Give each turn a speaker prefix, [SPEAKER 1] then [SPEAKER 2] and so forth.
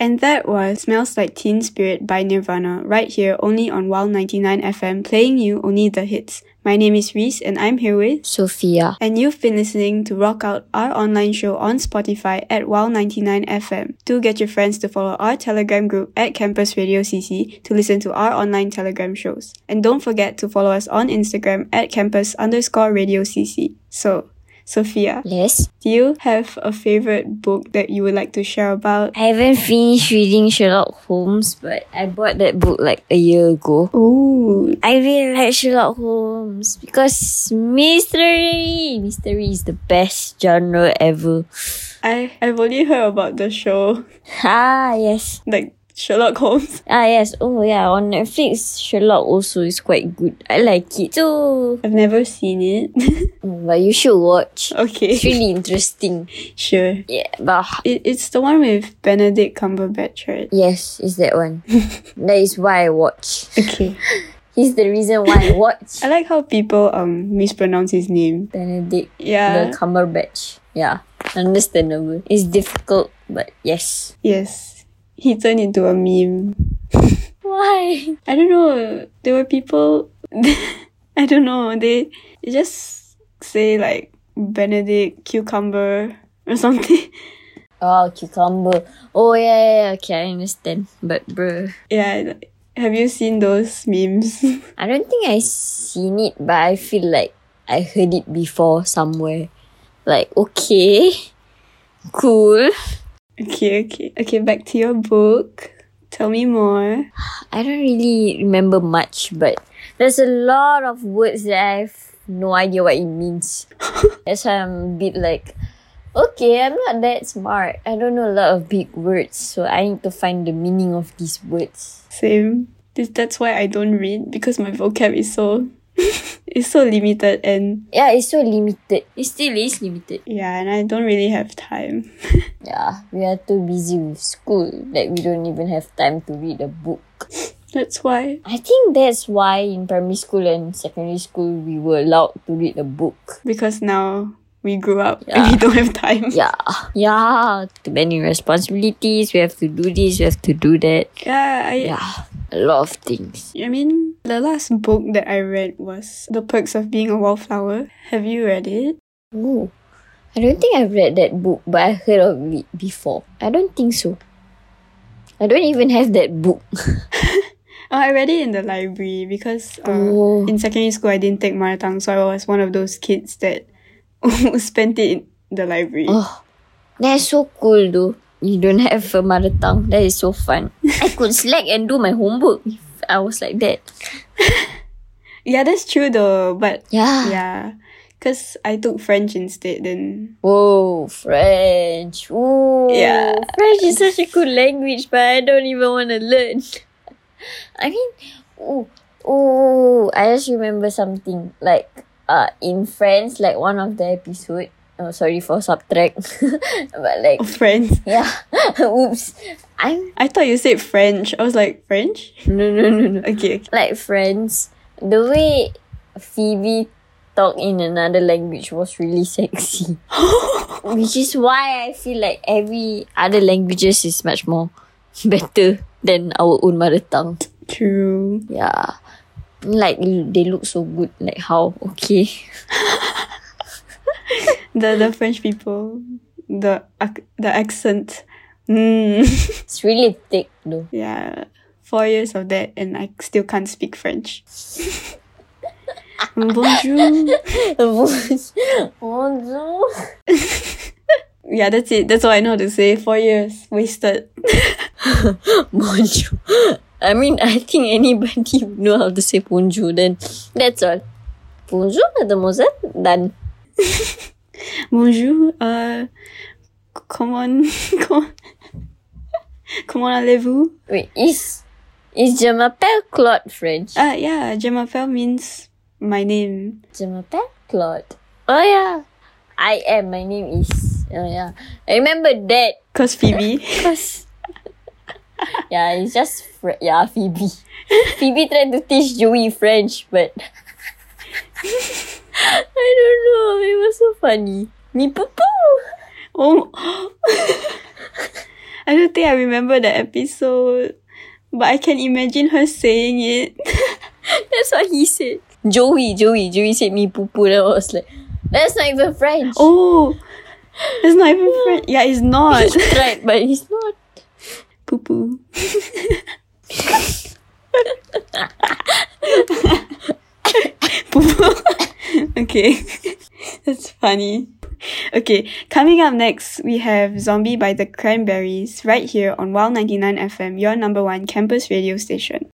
[SPEAKER 1] And that was Smells Like Teen Spirit by Nirvana, right here only on Wild 99 FM, playing you only the hits. My name is Reese and I'm here with
[SPEAKER 2] Sophia.
[SPEAKER 1] And you've been listening to Rock Out, our online show on Spotify at Wow99 FM. Do get your friends to follow our Telegram group at Campus Radio CC to listen to our online Telegram shows. And don't forget to follow us on Instagram at campus underscore radio CC. So, Sophia,
[SPEAKER 2] Yes.
[SPEAKER 1] do you have a favorite book that you would like to share about?
[SPEAKER 2] I haven't finished reading Sherlock Holmes, but I bought that book like a year ago.
[SPEAKER 1] Ooh,
[SPEAKER 2] I really like Sherlock Holmes because mystery. Mystery is the best genre ever.
[SPEAKER 1] I, I've only heard about the show,
[SPEAKER 2] Ah, yes.
[SPEAKER 1] like Sherlock Holmes.
[SPEAKER 2] Ah, yes. Oh, yeah. On Netflix, Sherlock also is quite good. I like it too.
[SPEAKER 1] I've never seen it.
[SPEAKER 2] Mm, But you should watch. It's
[SPEAKER 1] okay,
[SPEAKER 2] really interesting.
[SPEAKER 1] sure.
[SPEAKER 2] Yeah, but
[SPEAKER 1] It, it's the one with Benedict Cumberbatch, right?
[SPEAKER 2] yes, it's that one. that is why I watch.
[SPEAKER 1] Okay.
[SPEAKER 2] He's the reason why I watch.
[SPEAKER 1] I like how people um mispronounce his name.
[SPEAKER 2] Benedict
[SPEAKER 1] Yeah.
[SPEAKER 2] the Cumberbatch. Yeah, understandable. It's difficult, but yes.
[SPEAKER 1] yes. He turned into a meme.
[SPEAKER 2] Why?
[SPEAKER 1] I don't know. There were people I don't know. They, they just say like Benedict cucumber or something.
[SPEAKER 2] Oh, cucumber. Oh yeah, yeah, yeah. Okay, I understand. But bruh,
[SPEAKER 1] yeah. like, Have you seen those memes?
[SPEAKER 2] I don't think I seen it, but I feel like I heard it before somewhere. Like okay, cool.
[SPEAKER 1] okay, okay. Okay, back to your book. Tell me more.
[SPEAKER 2] I don't really remember much, but there's a lot of words that I have no idea what it means. That's why I'm a bit like, okay, I'm not that smart. I don't know a lot of big words, so I need to find the meaning of these words.
[SPEAKER 1] Same. This, that's why I don't read because my vocab is so it's so limited and
[SPEAKER 2] Yeah, it's so limited. It still is limited.
[SPEAKER 1] yeah, and I don't really have time.
[SPEAKER 2] Yeah, we are too busy with school that we don't even have time to read a book.
[SPEAKER 1] That's why.
[SPEAKER 2] I think that's why in primary school and secondary school we were allowed to read a book.
[SPEAKER 1] Because now we grew up and
[SPEAKER 2] Yeah.
[SPEAKER 1] we don't have time.
[SPEAKER 2] Yeah, yeah. Too many responsibilities. We have to do this. We have to do that.
[SPEAKER 1] Yeah, I
[SPEAKER 2] Yeah, a lot of things.
[SPEAKER 1] I mean the last book that I read was The Perks of Being a Wallflower. Have you read it?
[SPEAKER 2] Ooh, I don't think I've read that book, but I heard of it before. I don't think so. I don't even have that book.
[SPEAKER 1] Oh, I read it in the library because uh,
[SPEAKER 2] Oh.
[SPEAKER 1] in secondary school I didn't take Maratang, so I was one of those kids that spent it in the library.
[SPEAKER 2] Oh, that's so cool, though. You don't have a mother tongue. That is so fun. I could slack and do my homework if I was like that.
[SPEAKER 1] Yeah, that's true though, but
[SPEAKER 2] Yeah.
[SPEAKER 1] yeah, because I took French instead then.
[SPEAKER 2] Whoa, French. Ooh.
[SPEAKER 1] Yeah.
[SPEAKER 2] French is such a good language, but I don't even want to learn. I mean, ooh, ooh, I just remember something. Like, uh, in France, like one of the episode, oh, sorry for subtract, but like,
[SPEAKER 1] Oh, French.
[SPEAKER 2] yeah, oops. I'm,
[SPEAKER 1] I thought you said French. I was like, French?
[SPEAKER 2] no, no, no, no.
[SPEAKER 1] Okay, okay.
[SPEAKER 2] Like, friends, the way Phoebe talked in another language was really sexy. Which is why I feel like every other languages is much more better than our own mother tongue.
[SPEAKER 1] True.
[SPEAKER 2] Yeah. Like they look so good, like how okay.
[SPEAKER 1] The the French people, the ac- the accent. Mm.
[SPEAKER 2] It's really thick though.
[SPEAKER 1] yeah, four years of that, and I still can't speak French. Bonjour.
[SPEAKER 2] Bonjour.
[SPEAKER 1] Yeah, that's it. That's all I know how to say. Four years wasted.
[SPEAKER 2] Bonjour. I mean I think anybody who know how to say bonjour then that's all. Bonjour mademoiselle done.
[SPEAKER 1] Bonjour. Uh, c- comment comment comment allez-vous?
[SPEAKER 2] Wait, is is je m'appelle Claude French?
[SPEAKER 1] Uh, yeah, je m'appelle means my name.
[SPEAKER 2] Je m'appelle Claude. Oh yeah. I am. My name is. Oh yeah. I remember that.
[SPEAKER 1] Cause Phoebe.
[SPEAKER 2] Cause yeah, it's just Fre- yeah Phoebe. Phoebe tried to teach Joey French, but I don't know. It was so funny. Me poo poo.
[SPEAKER 1] oh, I don't think I remember the episode, but I can imagine her saying it.
[SPEAKER 2] That's what he said. Joey, Joey, Joey said me poo poo. Then I was like, that's not even French.
[SPEAKER 1] Oh, it's not even French. Yeah, it's not.
[SPEAKER 2] He tried, but he's not.
[SPEAKER 1] Poo poo. Poo poo. okay, that's funny. Okay, coming up next, we have Zombie by the Cranberries right here on Wild 99 FM, your number one campus radio station.